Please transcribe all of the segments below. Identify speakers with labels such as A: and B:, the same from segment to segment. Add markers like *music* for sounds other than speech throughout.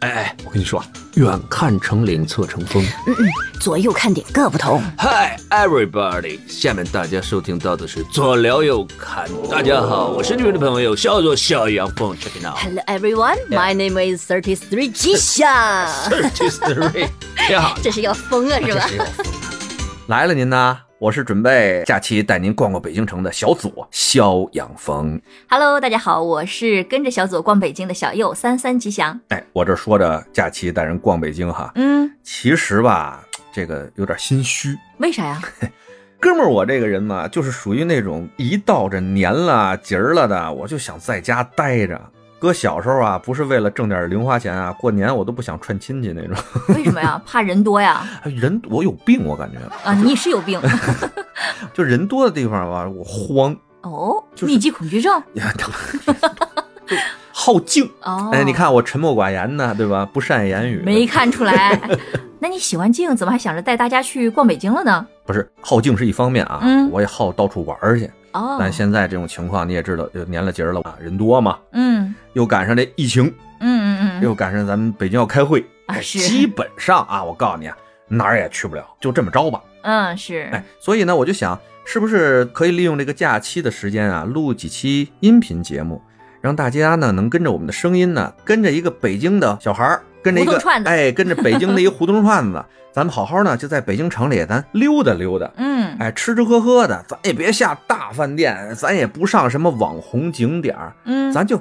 A: 哎哎，我跟你说啊，远看成岭，侧成峰。
B: 左右看点各不同。
A: Hi everybody，下面大家收听到的是左聊右侃。大家好，我是你们的朋友，叫做小杨凤，check it out。
B: Hello everyone, my name is Thirty Three G 夏。
A: *laughs* 二 t three，你好，
B: 这是要疯了是吧？
A: 来了您呢？我是准备假期带您逛逛北京城的小左肖养峰。
B: Hello，大家好，我是跟着小左逛北京的小右三三吉祥。
A: 哎，我这说着假期带人逛北京哈，
B: 嗯，
A: 其实吧，这个有点心虚。
B: 为啥呀？
A: 哥们儿，我这个人嘛，就是属于那种一到这年了节儿了的，我就想在家待着。哥小时候啊，不是为了挣点零花钱啊，过年我都不想串亲戚那种。
B: 为什么
A: *laughs*
B: 呀？怕人多呀？
A: 哎人我有病，我感觉，
B: 啊，你是有
A: *laughs*
B: 病
A: 就人多的地方吧，我慌， *laughs*
B: 哦，
A: 就是
B: 密集恐惧症
A: 就好静。
B: 哦。
A: 哎，你，看我沉默寡言呢，对吧？不善言语，
B: 没看出
A: *laughs*
B: 来。那你喜欢静，怎么还想着带大家去逛北京了呢？
A: 不是好静是一方面啊，
B: 嗯
A: 我也好到处玩儿去。
B: 哦，
A: 但现在这种情况你也知道，就年了节儿了啊，人多嘛，
B: 嗯
A: 又赶上这疫情，
B: 嗯嗯嗯，
A: 又赶上咱们北京要开会，
B: 啊是
A: 基本上啊，我告诉你啊，哪儿也去不了，就这么着吧。
B: 嗯是，
A: 哎，所以呢，我就想，是不是可以利用这个假期的时间啊，录几期音频节目，让大家呢能跟着我们的声音呢，跟着一个北京的小孩儿，跟着一
B: 胡
A: 个
B: 同串子
A: 哎，跟着北京的一胡同串子， *laughs* 咱们好好呢就在北京城里咱溜达溜达。
B: 嗯
A: 哎，吃吃喝喝的，咱也别下大饭店，咱也不上什么网红景点儿，
B: 嗯，
A: 咱就，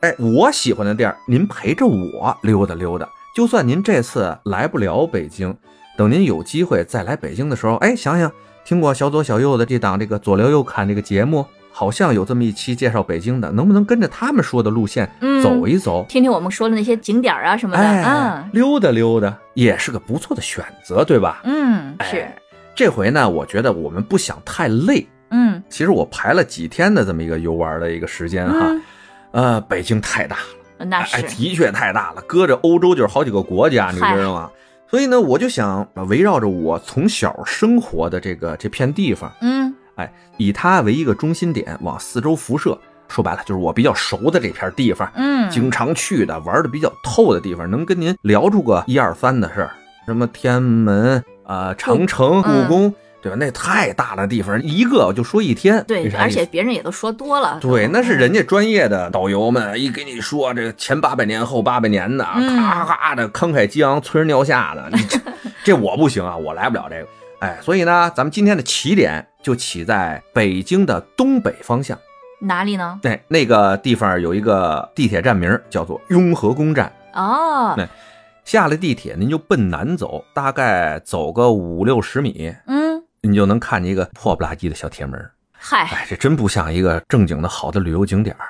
A: 哎，我喜欢的地儿，您陪着我溜达溜达。就算您这次来不了北京，等您有机会再来北京的时候，哎，想想听过小左小右的这档这个左聊右侃这个节目，好像有这么一期介绍北京的，能不能跟着他们说的路线
B: 嗯
A: 走一走？
B: 听听我们说的那些景点儿啊什么的，
A: 哎
B: 嗯，
A: 溜达溜达也是个不错的选择，对吧？
B: 嗯是
A: 哎，这回呢，我觉得我们不想太累。
B: 嗯
A: 其实我排了几天的这么一个游玩的一个时间哈，
B: 嗯，
A: 呃，北京太大
B: 那
A: 哎，
B: 是，
A: 的确太大了，搁着欧洲就是好几个国家，你
B: 嗨
A: 知道吗？所以呢，我就想围绕着我从小生活的这个这片地方，
B: 嗯
A: 哎，以它为一个中心点往四周辐射。说白了，就是我比较熟的这片地方，
B: 嗯，
A: 经常去的、玩的比较透的地方，能跟您聊出个一二三的事儿。什么天安门啊、呃长城、
B: 嗯
A: 故宫，对吧？那太大的地方，一个我就说一天，
B: 对
A: 没，啥
B: 而
A: 意思
B: 且别人也都说多了，
A: 哎对，那是
B: 嗯
A: 人家专业的导游们一给你说这个前八百年后八百年的，
B: 嗯
A: 咔咔的慷慨激昂、催人尿下的，你这这我不行啊，我来不了这个。哎，所以呢，咱们今天的起点就起在北京的东北方向。
B: 哪里呢？
A: 那那个地方有一个地铁站名儿叫做雍和宫站，
B: 哦
A: 那，下了地铁您就奔南走，大概走个五六十米，
B: 嗯，
A: 你就能看见一个破不拉几的小铁门儿。
B: 嗨，
A: 哎，这真不像一个正经的好的旅游景点儿。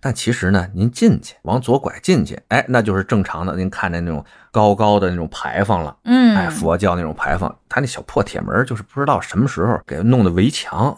A: 但其实呢，您进去往左拐进去，哎，那就是正常的，您看见那种高高的那种牌坊了，
B: 嗯，
A: 哎，佛教那种牌坊，它那小破铁门儿就是不知道什么时候给弄的围墙。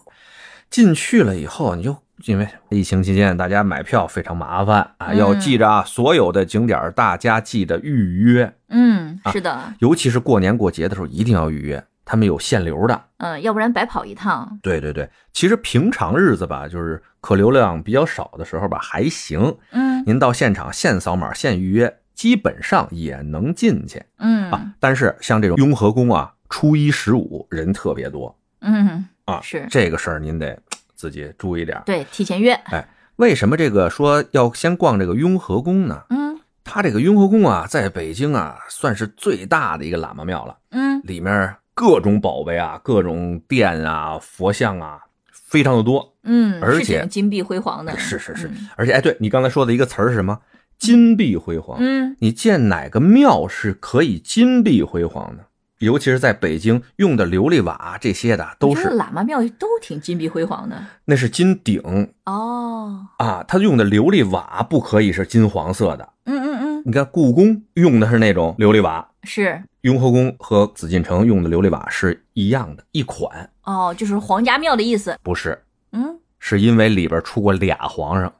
A: 进去了以后，你就因为疫情期间大家买票非常麻烦啊，
B: 嗯
A: 要记着啊，所有的景点儿大家记得预约，
B: 嗯，
A: 啊
B: 是的，
A: 尤其是过年过节的时候一定要预约，他们有限流的。
B: 嗯，要不然白跑一趟，
A: 对对对，其实平常日子吧，就是客流量比较少的时候吧，还行。
B: 嗯
A: 您到现场现扫码、现预约，基本上也能进去
B: 嗯
A: 啊。但是像这种雍和宫啊，初一十五人特别多
B: 嗯，
A: 啊，
B: 是
A: 这个事儿您得嘖自己注意点儿。
B: 对，提前约，
A: 为什么这个说要先逛这个雍和宫呢？
B: 嗯
A: 它这个雍和宫啊，在北京啊，算是最大的一个喇嘛庙了。
B: 嗯，
A: 里面各种宝贝啊，各种殿啊、佛像啊，非常的多。
B: 嗯，
A: 而
B: 是
A: 且
B: 挺金碧辉煌的，
A: 是是是
B: 嗯，
A: 而且哎，对你刚才说的一个词儿是什么？金碧辉煌。
B: 嗯，
A: 你建哪个庙是可以金碧辉煌的？尤其是在北京用的琉璃瓦这些的，都
B: 我觉得
A: 是
B: 喇嘛庙都挺金碧辉煌的，
A: 那是金顶
B: 哦，
A: 啊，它用的琉璃瓦不可以是金黄色的。
B: 嗯嗯嗯，
A: 你看故宫用的是那种琉璃瓦，
B: 是。
A: 雍和宫和紫禁城用的琉璃瓦是一样的，一款
B: 哦，就是皇家庙的意思。
A: 不是，
B: 嗯，是
A: 是因为里边出过俩皇上。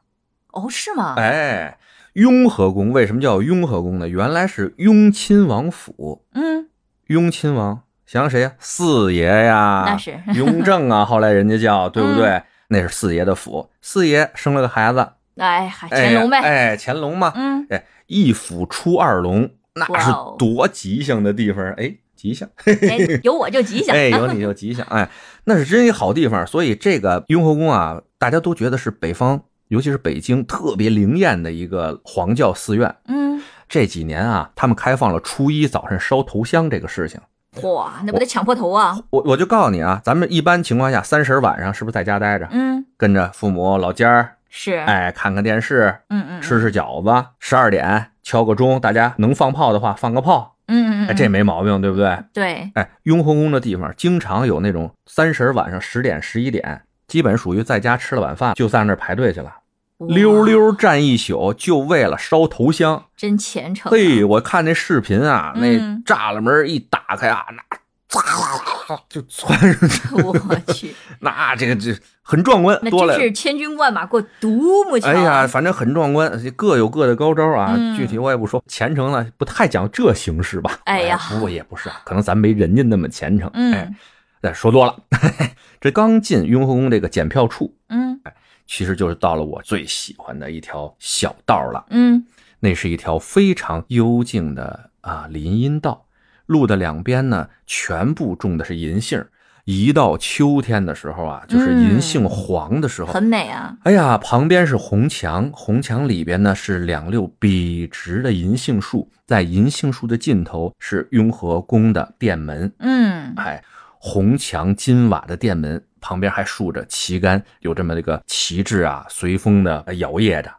B: 哦，是吗？
A: 哎，雍和宫为什么叫雍和宫呢？原来是雍亲王府，
B: 嗯，
A: 雍亲王想想谁呀、四爷呀，啊
B: 那是 *laughs* 嗯
A: 雍正啊，后来人家叫对不对？那是四爷的府，四爷生了个孩子，
B: 哎，嗨，乾隆呗，
A: 哎，哎乾隆嘛，
B: 嗯，
A: 哎，一府出二龙，那是
B: 哇哦
A: 多吉祥的地方，哎，吉祥， *laughs*
B: 哎，有我就吉祥，
A: 哎，有你就吉祥，哎，那是真一好地方。所以这个雍和宫啊，大家都觉得是北方，尤其是北京特别灵验的一个黄教寺院。
B: *laughs* 嗯，
A: 这几年啊，他们开放了初一早上烧头香这个事情。
B: 嚯，那不得抢破头啊，
A: 我我就告诉你啊，咱们一般情况下三十晚上是不是在家待着，
B: 嗯，
A: 跟着父母老家儿，
B: 是，
A: 哎，看看电视，
B: 嗯嗯，
A: 吃吃饺子，十二点敲个钟，大家能放炮的话放个炮，
B: 嗯，嗯嗯
A: 哎，
B: 嗯，
A: 这没毛病，对不对？
B: 对，
A: 哎，雍和宫的地方经常有那种三十晚上十点十一点，基本属于在家吃了晚饭就在那儿排队去了，溜
B: 哇，
A: 溜站一宿，就为了烧头香。
B: 真虔诚啊，
A: 嘿，我看那视频啊，那
B: 嗯
A: 栅栏门一打开啊，那唰就窜出去，
B: *laughs* 我去，
A: 那这个这很壮观，
B: 那
A: 多了
B: 真。是千军万马过独木桥，啊
A: 哎呀，，反正很壮观，各有各的高招啊。
B: 嗯
A: 具体我也不说，虔诚呢不太讲这形式吧。
B: 哎呀
A: 不过也不是啊，可能咱没人家那么虔诚。哎
B: 嗯，
A: 哎，说多了。 *laughs* 这刚进雍和宫这个检票处，
B: 嗯
A: 哎其实就是到了我最喜欢的一条小道了。
B: 嗯，
A: 那是一条非常幽静的啊林荫道，路的两边呢全部种的是银杏儿。一到秋天的时候啊，就是
B: 嗯
A: 银杏黄的时候，
B: 很美啊，
A: 哎呀，旁边是红墙，红墙里边呢是两溜笔直的银杏树，在银杏树的尽头是雍和宫的殿门，
B: 嗯，
A: 哎，红墙金瓦的殿门旁边还竖着旗杆，有这么这个旗帜啊，随风的摇曳着，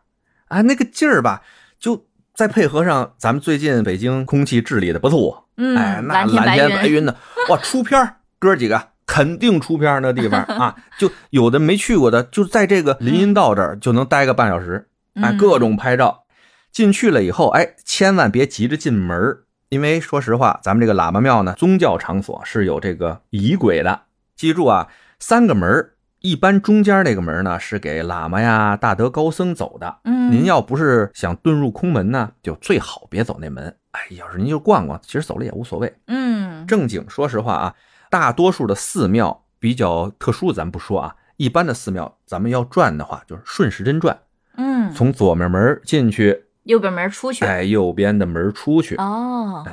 A: 啊，那个劲儿吧，就再配合上咱们最近北京空气治理的不错，
B: 嗯，
A: 哎，那
B: 蓝天
A: 蓝
B: 白
A: 天白
B: 云，
A: 云的，哇，出片儿，哥几个肯定出片儿那地方啊，就有的没去过的，就在这个林荫道这儿就能待个半小时，哎，
B: 嗯
A: 各种拍照。进去了以后，哎，千万别急着进门儿因为说实话，咱们这个喇嘛庙呢，宗教场所是有这个仪轨的，记住啊，三个门儿一般中间那个门儿呢是给喇嘛呀、大德高僧走的，
B: 嗯，
A: 您要不是想遁入空门呢，就最好别走那门。哎，要是您就逛逛，其实走了也无所谓。
B: 嗯，
A: 正经说实话啊，大多数的寺庙比较特殊，咱不说啊，一般的寺庙咱们要转的话，就是顺时针转，
B: 嗯，
A: 从左面门进去，
B: 右边门出去，
A: 哎，右边的门出去。
B: 哦，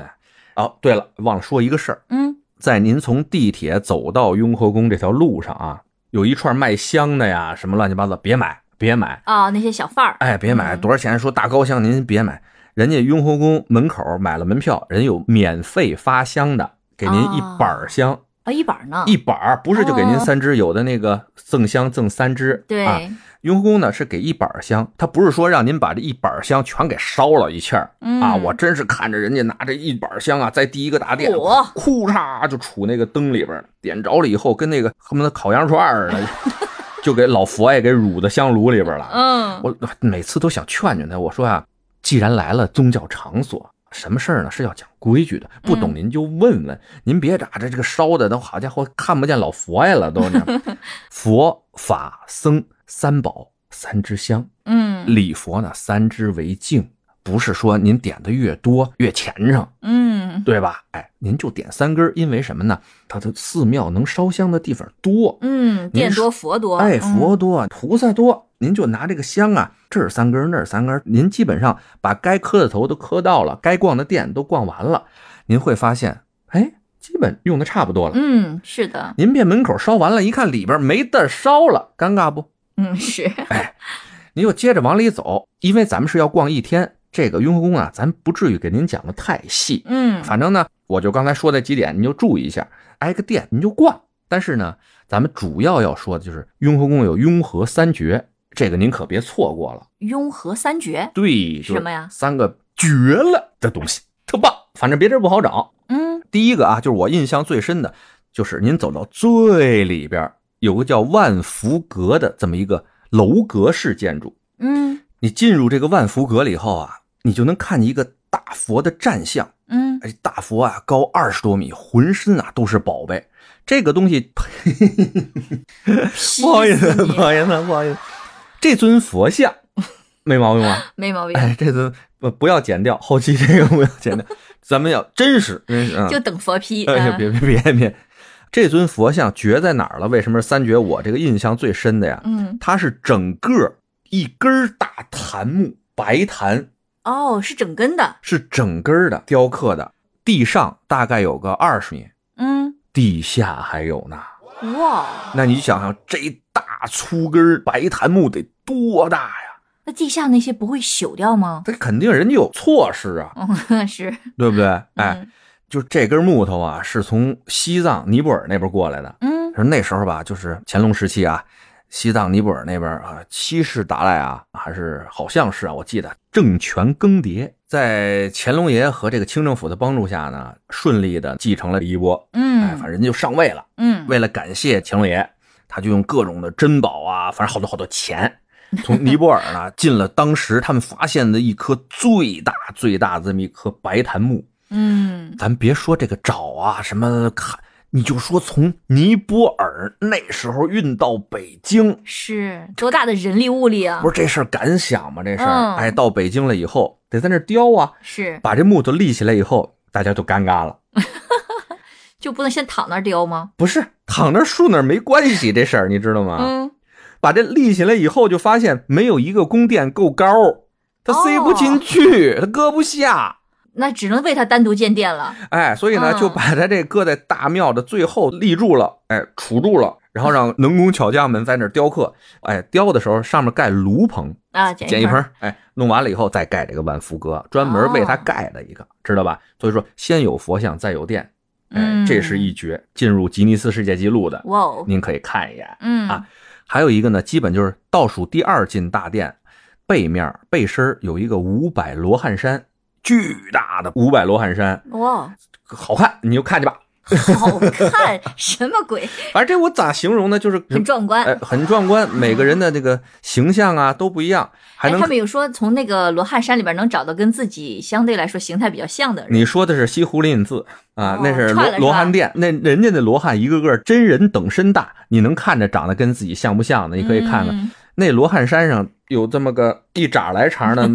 A: 哦，对了，忘了说一个事儿，
B: 嗯
A: 在您从地铁走到雍和宫这条路上啊，有一串卖香的呀，什么乱七八糟，别买，别买。
B: 哦，那些小贩儿，
A: 哎，别买，
B: 嗯
A: 多少钱？说大高香，您别买。人家雍和宫门口买了门票，人有免费发香的，给您一
B: 哦
A: 板儿香，
B: 啊，一板呢，
A: 一板儿不是就给您
B: 哦
A: 三支，有的那个赠香赠三支。
B: 对，
A: 啊，雍和宫呢是给一板儿香，它不是说让您把这一板儿香全给烧了一气儿、
B: 嗯
A: 啊！我真是看着人家拿着一板儿香啊，在第一个大殿，
B: 嚯
A: 库嚓就杵那个灯里边儿，点着了以后，跟那个恨不得烤羊肉串儿似
B: *laughs*
A: 的，就给老佛爷给乳到香炉里边儿了。
B: 嗯，
A: 我每次都想劝劝他，我说啊，既然来了宗教场所，什么事儿呢是要讲规矩的，不懂您就问问，您别打着这个烧的都好家伙看不见老佛爷了都呢。佛法僧三宝三支香，
B: 嗯
A: 礼佛呢三支为敬，不是说您点的越多越虔诚，
B: 嗯
A: 对吧？哎，您就点三根儿，因为什么呢？它的寺庙能烧香的地方多，
B: 嗯，
A: 您
B: 店
A: 说
B: 多佛多，
A: 哎，
B: 嗯
A: 佛多，菩萨多，您就拿这个香啊，这儿三根儿，那儿三根儿，您基本上把该磕的头都磕到了，该逛的店都逛完了，您会发现，哎，基本用的差不多了。
B: 嗯，是的，
A: 您变门口烧完了，一看里边没地儿烧了，尴尬不？
B: 嗯是，
A: 您又接着往里走，因为咱们是要逛一天，这个雍和宫啊，咱不至于给您讲的太细，
B: 嗯
A: 反正呢，我就刚才说那几点，你就注意一下，挨个店你就逛。但是呢，咱们主要要说的就是雍和宫有雍和三绝，这个您可别错过了。
B: 雍和三绝，
A: 对，就是
B: 什么呀
A: 三个绝了的东西，特棒。反正别地儿不好找。
B: 嗯
A: 第一个啊，就是我印象最深的，就是您走到最里边儿有个叫万福阁的这么一个楼阁式建筑。
B: 嗯
A: 你进入这个万福阁了以后啊，你就能看见一个大佛的站像。
B: 嗯，
A: 哎，大佛啊，高二十多米，浑身啊都是宝贝。这个东西， *laughs*
B: 劈死你
A: 不好意思，不好意思，不好意思，这尊佛像没毛病吧？
B: 没毛病，
A: 哎，这尊不不要剪掉，后期这个不要剪掉，咱们要真实，真实啊！
B: 就等佛批，
A: 哎，
B: 嗯
A: 别别别别，这尊佛像绝在哪儿了？为什么是三绝？我这个印象最深的呀，
B: 嗯
A: 它是整个一根儿大檀木，白檀
B: 哦，是整根的，
A: 是整根儿的雕刻的，地上大概有个二十米，
B: 嗯，
A: 地下还有呢。
B: 哇，
A: 那你想想，这一大粗根儿白檀木得多大呀？
B: 那地下那些不会朽掉吗？
A: 它肯定人家有措施啊，
B: 嗯， *laughs* 是，
A: 对不对？哎，
B: 嗯
A: 就这根木头啊，是从西藏尼泊尔那边过来的。
B: 嗯，
A: 说那时候吧，就是乾隆时期啊，西藏尼泊尔那边啊，七世达赖啊，还是好像是啊，我记得政权更迭，在乾隆爷和这个清政府的帮助下呢，顺利的继承了衣钵，哎，
B: 嗯，
A: 反正人就上位了。
B: 嗯，
A: 为了感谢乾隆爷，他就用各种的珍宝啊，反正好多好多钱，从尼泊尔呢进了当时他们发现的一颗最大最大的这么一颗白檀木，
B: 嗯，
A: 咱别说这个找啊，什么看，你就说从尼泊尔那时候运到北京，
B: 是多大的人力物力啊
A: 不？是这事儿敢想吗？这事儿，
B: 嗯
A: 哎，到北京了以后得在那儿雕啊，
B: 是，
A: 把这木头立起来以后，大家都尴尬了。
B: 就不能先躺那儿雕吗？
A: 不是躺那儿竖那儿没关系，这事儿你知道吗？
B: 嗯，
A: 把这立起来以后，就发现没有一个宫殿够高，它塞不进去，它搁不下。
B: 那只能为他单独建殿了。
A: 哎，所以呢，
B: 嗯
A: 就把它这搁在大庙的最后立住了，哎，杵住了，然后让能工巧匠们在那儿雕刻。哎，雕的时候上面盖炉棚，
B: 啊，简
A: 捡一
B: 一
A: 盆
B: 盆，
A: 儿，哦哎，弄完了以后再盖这个万福阁，专门为它盖的一个，知道吧？所以说，先有佛像，再有殿，哎，
B: 嗯
A: 这是一绝，进入吉尼斯世界纪录的，
B: 哇哦，
A: 您可以看一眼。
B: 嗯
A: 啊还有一个呢，基本就是倒数第二进大殿，背面背身儿有一个五百罗汉山，巨大的五百罗汉山，
B: 哇，哦
A: 好看，你就看去吧。
B: *laughs* 好看，什么鬼？
A: 反正这我咋形容呢？就是
B: 很壮观。
A: 哎，很壮观，每个人的这个形象啊都不一样，还
B: 哎，
A: 能
B: 他。们有说从那个罗汉山里边能找到跟自己相对来说形态比较像的人。
A: 你说的是西湖林隐寺啊
B: 哦，
A: 那是
B: 串了
A: 罗
B: 是吧
A: 罗汉殿，那人家那罗汉一个个真人等身大，你能看着长得跟自己像不像的，你可以看看、
B: 嗯，
A: 那罗汉山上有这么个一拃来长的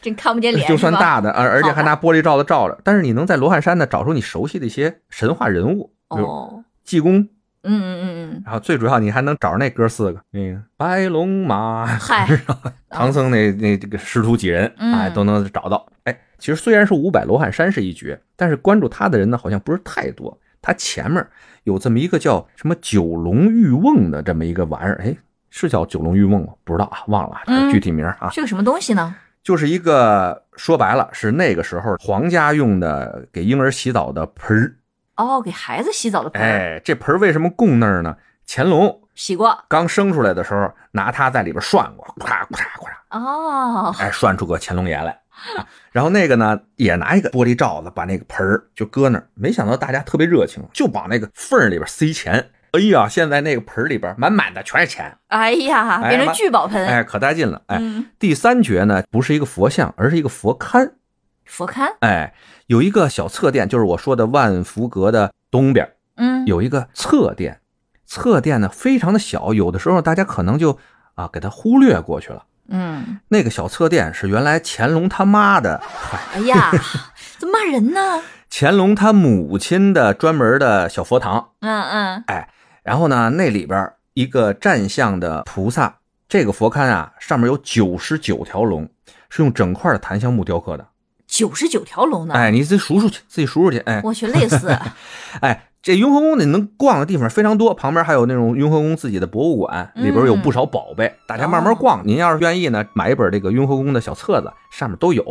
B: 真看不见脸，
A: 呃就算
B: 是吧，
A: 大的，而而且还拿玻璃罩子罩着。但是你能在罗汉山呢找出你熟悉的一些神话人物，比如
B: 哦，
A: 济公，
B: 嗯嗯嗯嗯，
A: 然后最主要你还能找着那哥四个，那个白龙马、
B: 嗨，
A: *laughs*
B: 啊
A: 唐僧那那这个师徒几人，
B: 哎嗯
A: 哎，都能找到。哎，其实虽然是五百罗汉山是一绝，但是关注他的人呢好像不是太多。他前面有这么一个叫什么九龙玉瓮的这么一个玩意儿，哎，是叫九龙玉瓮吗？不知道啊，忘了啊，
B: 嗯
A: 具体名儿啊。
B: 是个什么东西呢？
A: 就是一个说白了是那个时候皇家用的给婴儿洗澡的盆儿。
B: 哦，给孩子洗澡的盆儿，
A: 哎，这盆儿为什么供那儿呢？乾隆
B: 洗过
A: 刚生出来的时候，拿它在里边涮过，咵咵咵，
B: 哦，
A: 哎，涮出个乾隆爷来。 *laughs* 啊然后那个呢，也拿一个玻璃罩子把那个盆儿就搁那儿。没想到大家特别热情，就往那个缝儿里边塞钱。哎呀，现在那个盆儿里边满满的全是钱，
B: 哎呀，
A: 哎
B: 变
A: 妈
B: 成聚宝盆，
A: 哎，可带劲了。哎，
B: 嗯，
A: 第三绝呢，不是一个佛像，而是一个佛龛。
B: 佛龛，
A: 哎，有一个小侧殿，就是我说的万福阁的东边
B: 嗯，
A: 有一个侧殿，侧殿呢非常的小，有的时候大家可能就啊给它忽略过去了。
B: 嗯，
A: 那个小侧殿是原来乾隆他妈的，嗨
B: 哎
A: *laughs*
B: 呀，怎么骂人呢？
A: 乾隆他母亲的专门的小佛堂。
B: 嗯嗯，
A: 哎然后呢，那里边一个站像的菩萨，这个佛龛啊上面有九十九条龙，是用整块的檀香木雕刻的。
B: 九十九条龙呢，
A: 哎，你自己数数去，自己数数去。哎，
B: 我去，累
A: *laughs*
B: 死，
A: 哎，这雍和宫你能逛的地方非常多，旁边还有那种雍和宫自己的博物馆，里边有不少宝
B: 嗯
A: 贝，大家慢慢
B: 哦
A: 逛。您要是愿意呢，买一本这个雍和宫的小册子，上面都有，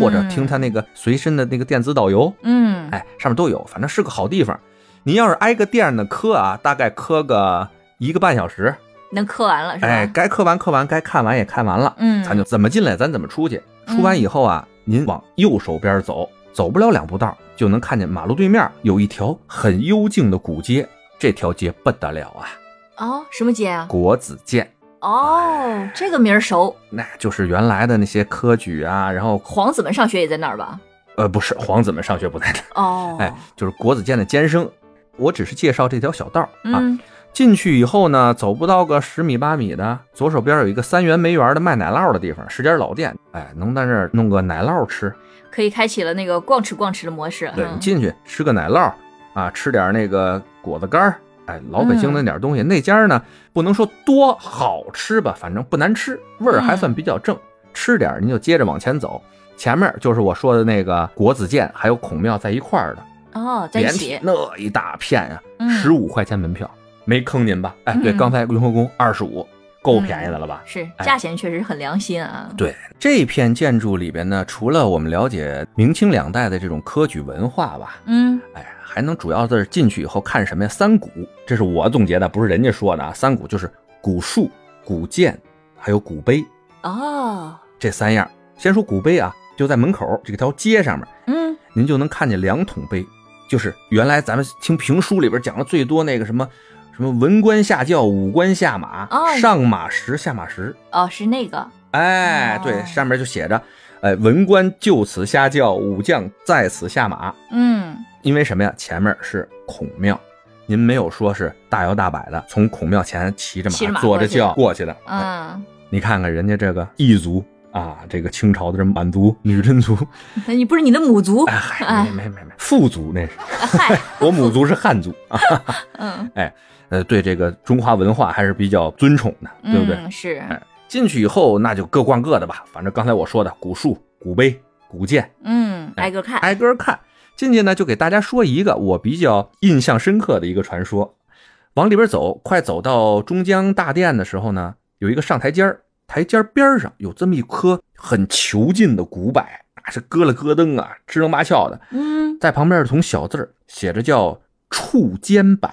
A: 或者听他那个随身的那个电子导游，
B: 嗯，
A: 哎，上面都有，反正是个好地方。您要是挨个店的磕啊，大概磕个一个半小时，
B: 能磕完了是吧？
A: 哎，该磕完磕完，该看完也看完了，
B: 嗯，
A: 咱就怎么进来咱怎么出去。
B: 嗯
A: 出完以后啊，您往右手边走，走不了两步道就能看见马路对面有一条很幽静的古街，这条街不得了啊，
B: 哦，什么街啊？
A: 国子监。
B: 哦，这个名儿熟，
A: 那就是原来的那些科举啊，然后
B: 皇子们上学也在那儿吧？
A: 呃不是皇子们上学不在这儿，
B: 哦，
A: 哎，就是国子监的监生。我只是介绍这条小道啊，
B: 嗯，
A: 进去以后呢，走不到个十米八米的，左手边有一个三元梅园的卖奶酪的地方，是家老店，哎，能在那儿弄个奶酪吃。
B: 可以开启了那个逛吃逛吃的模式。
A: 对
B: 嗯
A: 你进去吃个奶酪啊，吃点那个果子干儿哎，老北京
B: 嗯
A: 那点东西，那家呢不能说多好吃吧，反正不难吃，味儿
B: 嗯
A: 还算比较正。吃点儿您就接着往前走，前面就是我说的那个国子监，还有孔庙在一块儿的，
B: 哦，在一
A: 连
B: 起，
A: 那一大片呀、
B: 嗯
A: 十五块钱门票，没坑您吧？哎，对，
B: 嗯
A: 刚才雍和宫二十五，够便宜的了吧？
B: 是
A: 哎
B: 价钱确实很良心啊。
A: 对这片建筑里边呢，除了我们了解明清两代的这种科举文化吧，
B: 嗯，
A: 哎，还能主要的是进去以后看什么呀？三古，这是我总结的，不是人家说的啊。三古就是古树、古建，还有古碑
B: 哦，
A: 这三样。先说古碑啊，就在门口这条街上面，
B: 嗯，
A: 您就能看见两桶碑，就是原来咱们听评书里边讲的最多那个什么什么文官下轿，武官下马，
B: 哦
A: 上马时下马时。
B: 哦，是那个，
A: 哎，对，
B: 哦
A: 上面就写着，呃，文官就此下轿，武将在此下马。
B: 嗯，
A: 因为什么呀？前面是孔庙，您没有说是大摇大摆的从孔庙前骑着
B: 骑着
A: 马
B: 马
A: 坐着
B: 过去
A: 轿过去的。哎
B: 嗯，
A: 你看看人家这个异族啊，这个清朝的这满族、女真族，
B: 那嗯你不是你的母族，
A: 哎嗨，没没没没，富族那是，
B: 嗨，
A: *laughs* 我母族是汉族啊。
B: 嗯，
A: 呃，对这个中华文化还是比较尊崇的，对不对？
B: 嗯是，
A: 哎进去以后那就各逛各的吧，反正刚才我说的古树、古碑、古建，
B: 嗯，
A: 哎
B: 挨个看，
A: 挨个儿看。进去呢，就给大家说一个我比较印象深刻的一个传说。往里边走，快走到中江大殿的时候呢，有一个上台阶儿，台阶儿边儿上有这么一棵很遒劲的古柏，啊，是咯了咯噔啊，支棱八翘的。
B: 嗯，
A: 在旁边有一桶小字儿，写着叫“触肩柏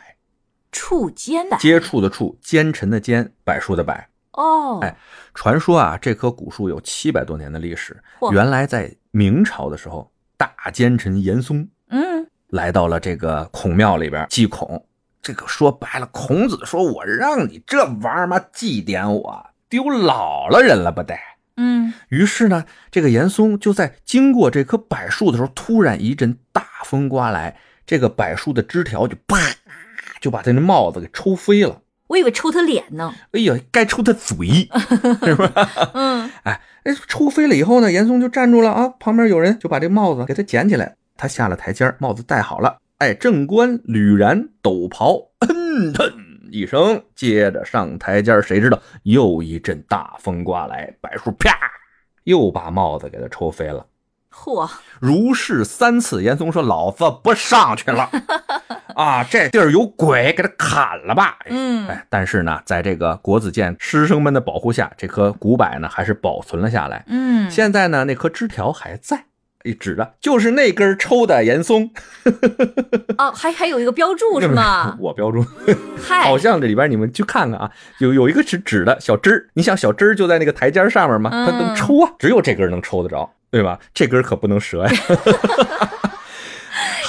B: 触肩的”，，
A: 接触的触，奸臣的奸，柏树的柏。
B: 哦，
A: 哎传说啊，这棵古树有七百多年的历史，
B: 嚯
A: 原来在明朝的时候，大奸臣严嵩
B: 嗯，
A: 来到了这个孔庙里边祭孔。这个说白了，孔子说：“我让你这玩意儿嘛祭奠我，丢老了人了不得。
B: 嗯，”
A: 于是呢，这个严嵩就在经过这棵柏树的时候，突然一阵大风刮来，这个柏树的枝条就啪就把他那帽子给抽飞了。
B: 我以为抽他脸呢，
A: 哎呀，该抽他嘴！ *laughs*
B: 嗯，
A: 哎，抽飞了以后呢，严嵩就站住了啊，旁边有人就把这帽子给他捡起来，他下了台阶儿，帽子戴好了，哎，正官履然斗袍，嗯腾一声，接着上台阶儿，谁知道又一阵大风刮来，柏树啪，又把帽子给他抽飞了。
B: 嚯，
A: 哎如是三次，严嵩说：“老子不上去了啊，这地儿有鬼，给他砍了吧！”
B: 嗯，
A: 哎，但是呢，在这个国子监师生们的保护下，这棵古柏呢还是保存了下来。
B: 嗯，
A: 现在呢，那棵枝条还在，一指着就是那根抽的严嵩，？
B: 哦，还还有一个标注是吗
A: *laughs* 我标注，
B: 嗨，
A: 好像这里边你们去看看啊，有有一个是指的小枝儿，你想小枝儿就在那个台阶上面嘛，它能
B: 嗯
A: 抽啊，只有这根能抽得着，对吧？这根可不能折
B: *laughs*
A: 呀。还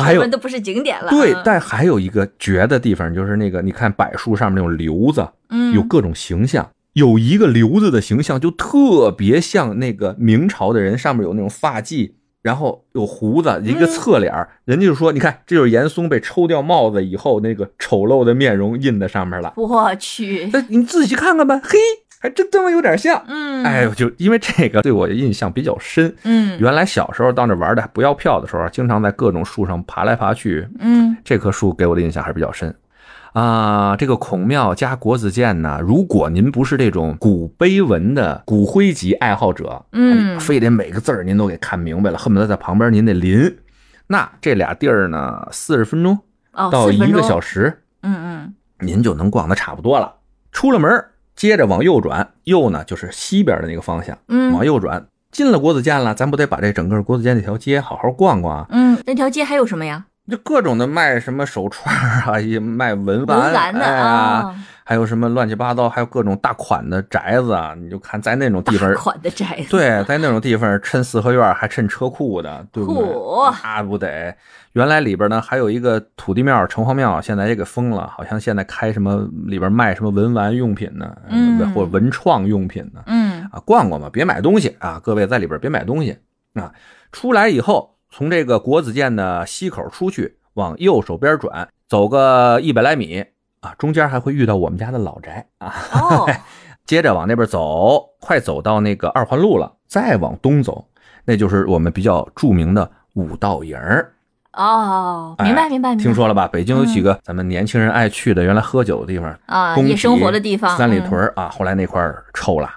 B: 我
A: 有
B: 们都不是景点了，
A: 对，
B: 嗯
A: 但还有一个绝的地方就是那个，你看柏树上面那种瘤子，
B: 嗯，
A: 有各种形象。有一个瘤子的形象就特别像那个明朝的人，上面有那种发髻，然后有胡子，一个侧脸
B: 嗯
A: 儿。人家就说：“你看，这就是严嵩被抽掉帽子以后那个丑陋的面容印在上面了。
B: 我”去，
A: 那你自己去看看吧，嘿，还真他妈有点像。
B: 嗯，
A: 哎呦，就因为这个对我印象比较深。
B: 嗯
A: 原来小时候到那玩的不要票的时候，经常在各种树上爬来爬去，
B: 嗯
A: 这棵树给我的印象还是比较深。啊，这个孔庙加国子监呢，如果您不是这种古碑文的骨灰级爱好者，
B: 嗯
A: 哎非得每个字儿您都给看明白了，恨不得在旁边您得临。那这俩地儿呢，四十分钟
B: 哦，
A: 到
B: 40分
A: 一个
B: 钟
A: 小时，
B: 嗯
A: 您就能逛得差不多了。出了门儿，接着往右转，右呢就是西边的那个方向，
B: 嗯
A: 往
B: 嗯
A: 右转。进了国子监了，咱不得把这整个国子监这条街好好逛逛啊？
B: 嗯，那条街还有什么呀？
A: 就各种的卖什么手串儿啊， *laughs* 也卖文玩
B: 文玩的
A: 哎呀、
B: 啊，
A: 还有什么乱七八糟，还有各种大款的宅子啊，你就看在那种地方
B: 大，哦款的宅子，
A: 对，在那种地方趁四合院儿还趁车库的，对不对
B: 嚯？
A: 那不得。原来里边呢还有一个土地庙城隍庙，现在也给封了，好像现在开什么里边卖什么文玩用品呢，
B: 嗯
A: 或者文创用品呢， *laughs*
B: 嗯
A: 啊，逛逛吧，别买东西啊，各位在里边别买东西啊。出来以后，从这个国子监的西口出去，往右手边转，走个一百来米啊，中间还会遇到我们家的老宅啊。
B: 哦，
A: 接着往那边走，快走到那个二环路了，再往东走，那就是我们比较著名的五道营儿。
B: 哦，明白明白明白。
A: 哎听说了吧？北京有
B: 嗯
A: 几个咱们年轻人爱去的，原来喝酒的地方，
B: 啊，
A: 工
B: 夜
A: 体、
B: 生活的地方，
A: 三里
B: 嗯
A: 屯儿啊，后来那块儿臭了，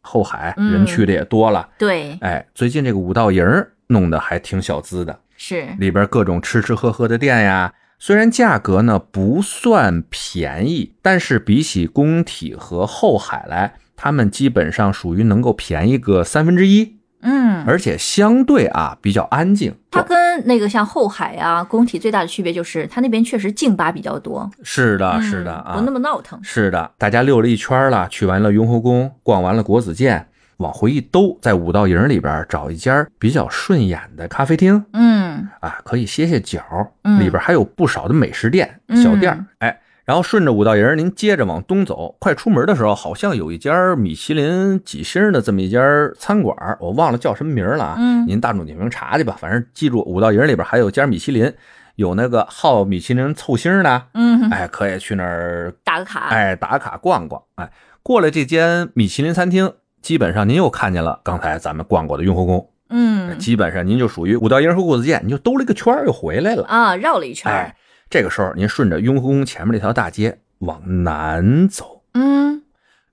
A: 后海
B: 嗯
A: 人去的也多了。
B: 对，
A: 哎，最近这个五道营儿弄得还挺小资的，
B: 是，
A: 里边各种吃吃喝喝的店呀，虽然价格呢不算便宜，但是比起工体和后海来，他们基本上属于能够便宜个三分之一，
B: 嗯，
A: 而且相对啊比较安静。
B: 它跟那个像后海啊、工体最大的区别就是，它那边确实静吧比较多
A: 是的，
B: 嗯
A: 是的啊，
B: 不那么闹腾。
A: 是的，大家溜了一圈了，去完了雍和宫，逛完了国子监，往回一兜，在五道营里边找一家比较顺眼的咖啡厅
B: 嗯
A: 啊，可以歇歇脚。
B: 嗯
A: 里边还有不少的美食店、
B: 嗯
A: 小店儿，哎。然后顺着五道营，您接着往东走，快出门的时候，好像有一家米其林几星的这么一家餐馆儿，我忘了叫什么名儿了啊。
B: 嗯
A: 您大众点评查去吧，反正记住五道营里边还有家米其林，有那个好米其林凑星的，
B: 嗯，啊
A: 哎，可以去那儿
B: 打个卡。
A: 哎，打卡逛逛。哎，过了这间米其林餐厅，基本上您又看见了刚才咱们逛过的雍和宫，
B: 嗯
A: 基本上您就属于五道营和国子监，你就兜了一个圈儿又回来了。
B: 啊，绕了一圈儿
A: 哎。，这个时候您顺着雍和宫前面那条大街往南走，
B: 嗯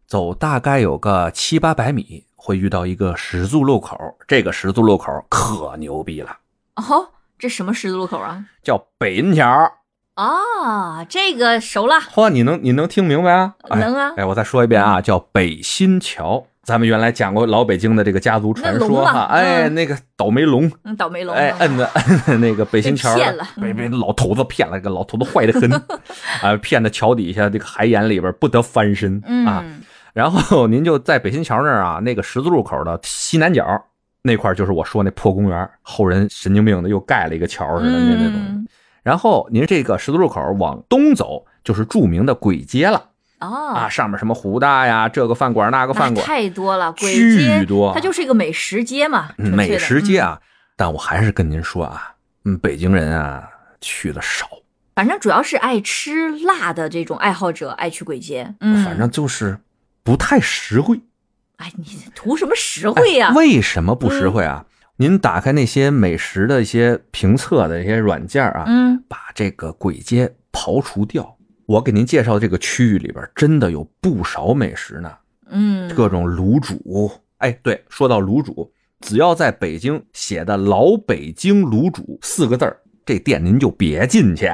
A: 走大概有个七八百米，会遇到一个十字路口。这个十字路口可牛逼了，
B: 哦，这什么十字路口啊？
A: 叫北银桥。
B: 啊，这个熟了，
A: 嚯，你能你能听明白啊？哎
B: 能啊。
A: 哎，我再说一遍啊，叫北新桥。咱们原来讲过老北京的这个家族传
B: 那龙
A: 说
B: 嘛
A: 哈，哎，
B: 嗯
A: 那个倒霉龙，
B: 嗯，倒霉龙。
A: 哎，摁的摁的那个北新桥
B: 被骗了
A: 被被老头子骗了，个老头子坏的
B: *laughs*
A: 很，啊，骗的桥底下这个海眼里边不得翻身啊。
B: 嗯
A: 然后您就在北新桥那儿啊，那个十字路口的西南角那块儿就是我说那破公园，后人神经病的又盖了一个桥似的那那东西。
B: 嗯，
A: 然后您这个十字路口往东走就是著名的簋街了。啊，
B: 哦，
A: 上面什么胡大呀，这个饭馆那个饭
B: 那
A: 馆，
B: 太多了，鬼
A: 巨
B: 街，
A: 多，
B: 它就是一个美食街嘛，
A: 嗯
B: 纯粹
A: 美
B: 的
A: 食街。
B: 嗯
A: 啊。但我还是跟您说啊，嗯，北京人啊去的少，
B: 反正主要是爱吃辣的这种爱好者爱去鬼街。嗯，
A: 反正就是不太实惠。
B: 哎，你图什么实惠呀？
A: 哎
B: 嗯
A: 为什么不实惠啊？您打开那些美食的一些评测的一些软件啊，
B: 嗯，
A: 把这个鬼街刨除掉。我给您介绍这个区域里边，真的有不少美食呢。
B: 嗯，
A: 各种卤煮。哎，对，说到卤煮，只要在北京写的“老北京卤煮”四个字儿，这店您就别进去。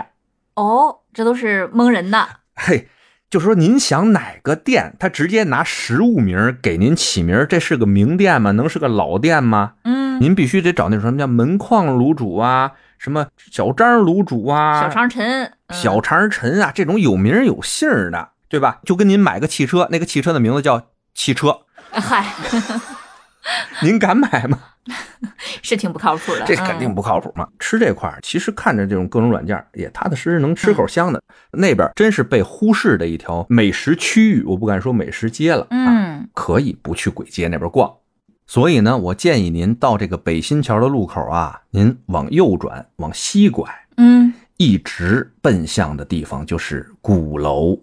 B: 哦，这都是蒙人的。
A: 嘿，就说您想哪个店，他直接拿食物名儿给您起名儿，这是个名店吗？能是个老店吗？
B: 嗯，
A: 您必须得找那种什么叫门框卤煮啊，什么小张卤煮啊，
B: 小长城，嗯
A: 小长城啊，这种有名儿有姓儿的，对吧？就跟您买个汽车，那个汽车的名字叫汽车，
B: 嗨，
A: 您敢买吗？
B: 是挺不靠谱的。
A: 这肯定
B: 嗯
A: 不靠谱嘛。吃这块儿，其实看着这种各种软件儿也踏踏实实能吃口香的。那边儿真是被忽视的一条美食区域，我不敢说美食街了，啊，
B: 嗯，
A: 可以不去簋街那边逛。所以呢，我建议您到这个北新桥的路口啊，您往右转，往西拐，
B: 嗯，
A: 一直奔向的地方就是鼓楼。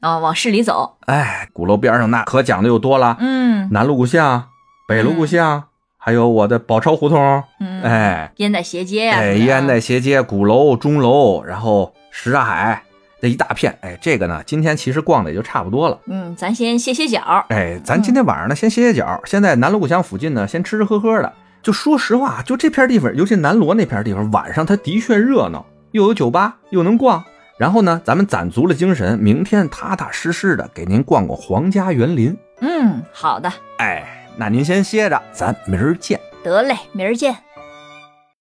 B: 啊，往市里走，
A: 哎，鼓楼边上那可讲的又多了，
B: 嗯
A: 南锣鼓巷、北锣鼓巷，还有我的宝钞胡同，
B: 嗯，，
A: 哎，
B: 烟袋斜街呀，
A: 哎，
B: 什么的
A: 烟袋，斜街、鼓楼、钟楼，然后什刹海这一大片。哎，这个呢，今天其实逛的也就差不多了。
B: 嗯，咱先歇歇脚，
A: 哎，咱今天晚上呢，先歇歇脚，先在南锣鼓巷附近呢，先吃吃喝喝的。就说实话，啊就这片地方，尤其南锣那片地方，晚上它的确热闹，又有酒吧，又能逛。然后呢，咱们攒足了精神，明天踏踏实实的给您逛逛皇家园林。
B: 嗯，好的，
A: 哎，那您先歇着，咱明儿见。
B: 得嘞，明儿见。